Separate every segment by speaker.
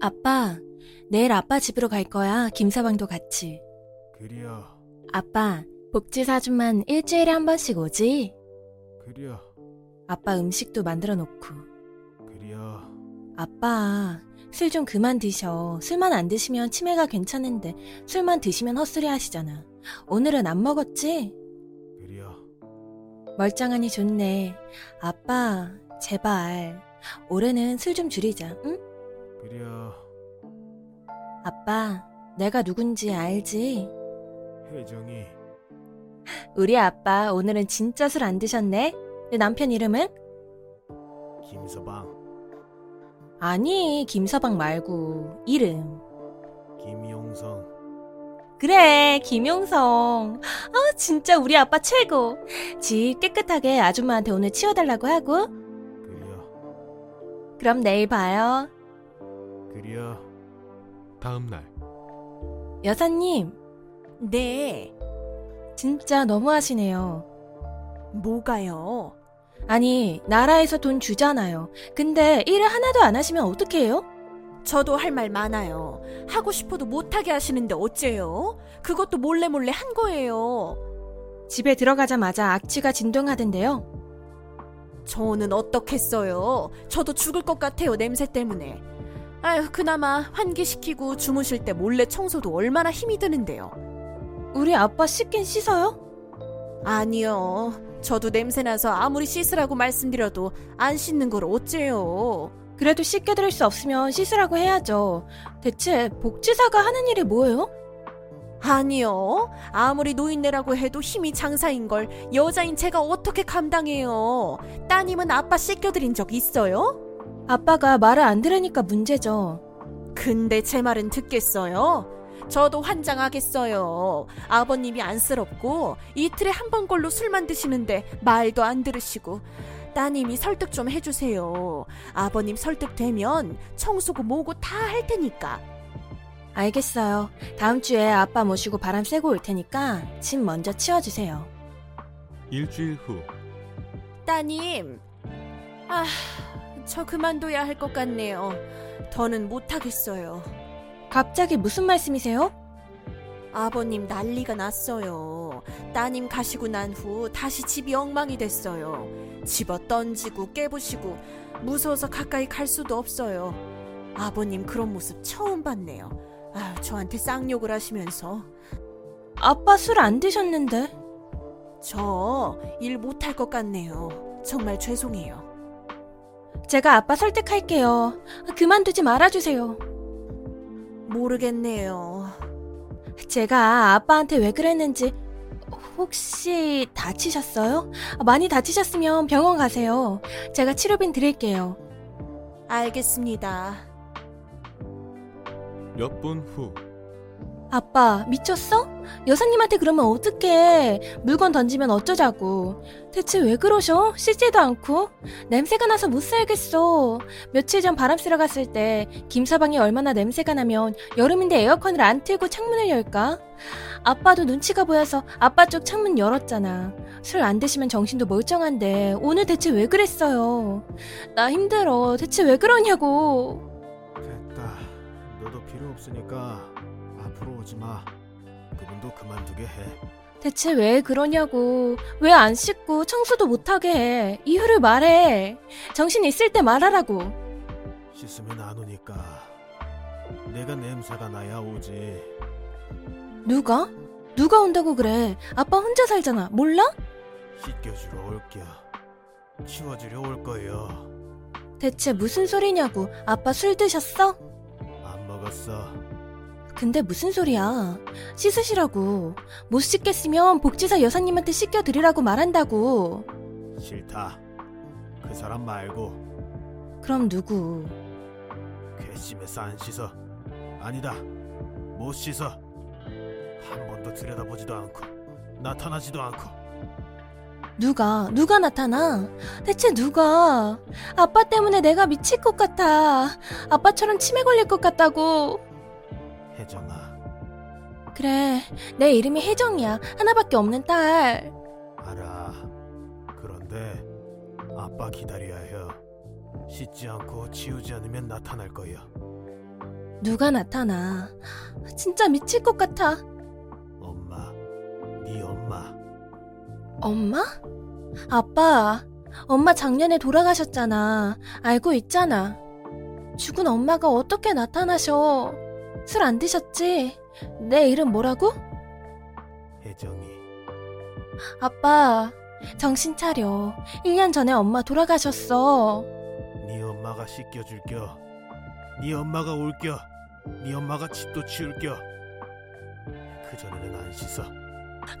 Speaker 1: 아빠, 내일 아빠 집으로 갈 거야. 김사방도 같이.
Speaker 2: 그리야,
Speaker 1: 아빠, 복지 사주만 일주일에 한 번씩 오지?
Speaker 2: 그리야,
Speaker 1: 아빠 음식도 만들어 놓고.
Speaker 2: 그리야.
Speaker 1: 아빠, 술 좀 그만 드셔. 술만 안 드시면 치매가 괜찮은데, 술만 드시면 헛소리 하시잖아. 오늘은 안 먹었지?
Speaker 2: 그리야,
Speaker 1: 멀쩡하니 좋네. 아빠, 제발. 올해는 술 좀 줄이자, 응?
Speaker 2: 그리야.
Speaker 1: 아빠, 내가 누군지 알지?
Speaker 2: 혜정이,
Speaker 1: 우리 아빠 오늘은 진짜 술 안 드셨네? 내 남편 이름은?
Speaker 2: 김서방,
Speaker 1: 아니, 김서방 말고, 이름.
Speaker 2: 김용성,
Speaker 1: 그래, 김용성. 아, 진짜 우리 아빠 최고. 집 깨끗하게 아줌마한테 오늘 치워달라고 하고.
Speaker 2: 그리야,
Speaker 1: 그럼 내일 봐요.
Speaker 2: 그리야. 다음 날,
Speaker 1: 여사님,
Speaker 3: 네,
Speaker 1: 진짜 너무하시네요.
Speaker 3: 뭐가요?
Speaker 1: 아니, 나라에서 돈 주잖아요. 근데 일을 하나도 안 하시면 어떡해요?
Speaker 3: 저도 할 말 많아요. 하고 싶어도 못하게 하시는데 어째요? 그것도 몰래 몰래 한 거예요.
Speaker 1: 집에 들어가자마자 악취가 진동하던데요.
Speaker 3: 저는 어떻겠어요? 저도 죽을 것 같아요, 냄새 때문에. 아휴, 그나마 환기시키고 주무실 때 몰래 청소도 얼마나 힘이 드는데요.
Speaker 1: 우리 아빠 씻긴 씻어요?
Speaker 3: 아니요. 저도 냄새나서 아무리 씻으라고 말씀드려도 안 씻는 걸 어째요?
Speaker 1: 그래도 씻겨드릴 수 없으면 씻으라고 해야죠. 대체 복지사가 하는 일이 뭐예요?
Speaker 3: 아니요. 아무리 노인네라고 해도 힘이 장사인 걸 여자인 제가 어떻게 감당해요? 따님은 아빠 씻겨드린 적 있어요?
Speaker 1: 아빠가 말을 안 들으니까 문제죠.
Speaker 3: 근데 제 말은 듣겠어요? 저도 환장하겠어요. 아버님이 안쓰럽고 이틀에 한 번 걸로 술만 드시는데 말도 안 들으시고 따님이 설득 좀 해주세요. 아버님 설득되면 청소고 뭐고 다 할 테니까.
Speaker 1: 알겠어요. 다음 주에 아빠 모시고 바람 쐬고 올 테니까 집 먼저 치워주세요.
Speaker 4: 일주일 후
Speaker 3: 따님, 아, 저 그만둬야 할 것 같네요. 더는 못하겠어요.
Speaker 1: 갑자기 무슨 말씀이세요?
Speaker 3: 아버님 난리가 났어요. 따님 가시고 난 후 다시 집이 엉망이 됐어요. 집어 던지고 깨부시고 무서워서 가까이 갈 수도 없어요. 아버님 그런 모습 처음 봤네요. 아, 저한테 쌍욕을 하시면서
Speaker 1: 아빠 술 안 드셨는데.
Speaker 3: 저 일 못할 것 같네요. 정말 죄송해요.
Speaker 1: 제가 아빠 설득할게요. 그만두지 말아주세요.
Speaker 3: 모르겠네요.
Speaker 1: 제가 아빠한테 왜 그랬는지 혹시 다치셨어요? 많이 다치셨으면 병원 가세요. 제가 치료빈 드릴게요.
Speaker 3: 알겠습니다.
Speaker 4: 몇 분 후
Speaker 1: 아빠 미쳤어? 여사님한테 그러면 어떡해. 물건 던지면 어쩌자고. 대체 왜 그러셔? 씻지도 않고. 냄새가 나서 못 살겠어. 며칠 전 바람 쐬러 갔을 때 김서방이 얼마나 냄새가 나면 여름인데 에어컨을 안 틀고 창문을 열까? 아빠도 눈치가 보여서 아빠 쪽 창문 열었잖아. 술 안 드시면 정신도 멀쩡한데 오늘 대체 왜 그랬어요? 나 힘들어. 대체 왜 그러냐고.
Speaker 2: 됐다. 너도 필요 없으니까 앞으로 오지 마. 그분도 그만두게 해.
Speaker 1: 대체 왜 그러냐고. 왜 안 씻고 청소도 못하게 해. 이유를 말해. 정신 있을 때 말하라고.
Speaker 2: 씻으면 안 오니까. 내가 냄새가 나야 오지.
Speaker 1: 누가? 누가 온다고 그래. 아빠 혼자 살잖아. 몰라?
Speaker 2: 씻겨주러 올게야. 치워주려 올 거예요.
Speaker 1: 대체 무슨 소리냐고. 아빠 술 드셨어?
Speaker 2: 안 먹었어.
Speaker 1: 근데 무슨 소리야. 씻으시라고. 못 씻겠으면 복지사 여사님한테 씻겨드리라고 말한다고.
Speaker 2: 싫다. 그 사람 말고
Speaker 1: 그럼 누구?
Speaker 2: 괘씸해서 안 씻어. 아니다. 못 씻어. 한 번도 들여다보지도 않고 나타나지도 않고
Speaker 1: 누가, 누가 나타나? 대체 누가? 아빠 때문에 내가 미칠 것 같아. 아빠처럼 치매 걸릴 것 같다고.
Speaker 2: 혜정아
Speaker 1: 그래, 내 이름이 혜정이야. 하나밖에 없는 딸.
Speaker 2: 알아. 그런데 아빠 기다려야 해. 씻지 않고 치우지 않으면 나타날 거야.
Speaker 1: 누가 나타나. 진짜 미칠 것 같아.
Speaker 2: 엄마, 네 엄마.
Speaker 1: 엄마? 아빠, 엄마 작년에 돌아가셨잖아. 알고 있잖아. 죽은 엄마가 어떻게 나타나셔? 술 안 드셨지? 내 이름 뭐라고?
Speaker 2: 혜정이.
Speaker 1: 아빠, 정신 차려. 1년 전에 엄마 돌아가셨어.
Speaker 2: 네 엄마가 씻겨줄겨. 네 엄마가 올겨. 네 엄마가 집도 치울겨. 그 전에는 안 씻어.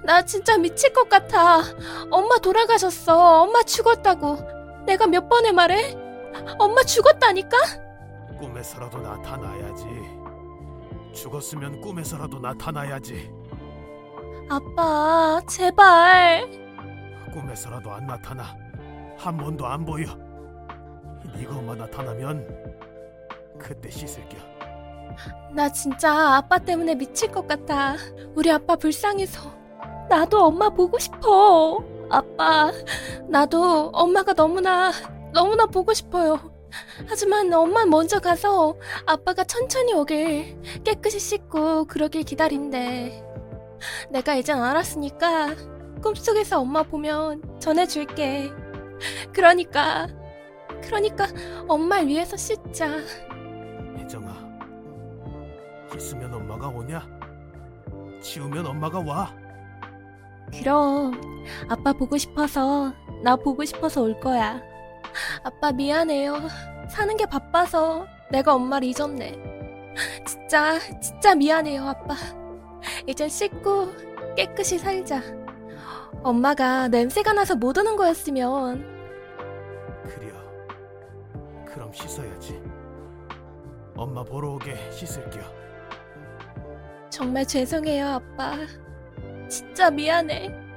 Speaker 1: 나 진짜 미칠 것 같아. 엄마 돌아가셨어. 엄마 죽었다고. 내가 몇 번에 말해? 엄마 죽었다니까?
Speaker 2: 꿈에서라도 나타나야지. 죽었으면 꿈에서라도 나타나야지.
Speaker 1: 아빠, 제발.
Speaker 2: 꿈에서라도 안 나타나. 한 번도 안 보여. 네가 엄마 나타나면 그때 씻을겨.
Speaker 1: 나 진짜 아빠 때문에 미칠 것 같아. 우리 아빠 불쌍해서. 나도 엄마 보고 싶어. 아빠, 나도 엄마가 너무나, 너무나 보고 싶어요. 하지만 엄마 먼저 가서 아빠가 천천히 오길 깨끗이 씻고 그러길 기다린대. 내가 이젠 알았으니까 꿈속에서 엄마 보면 전해줄게. 그러니까, 그러니까 엄마를 위해서 씻자.
Speaker 2: 혜정아, 씻으면 엄마가 오냐? 치우면 엄마가 와.
Speaker 1: 그럼 아빠 보고 싶어서 나 보고 싶어서 올 거야. 아빠 미안해요. 사는 게 바빠서 내가 엄마를 잊었네. 진짜 진짜 미안해요 아빠. 이젠 씻고 깨끗이 살자. 엄마가 냄새가 나서 못 오는 거였으면
Speaker 2: 그려. 그럼 씻어야지. 엄마 보러 오게 씻을게요.
Speaker 1: 정말 죄송해요 아빠. 진짜 미안해.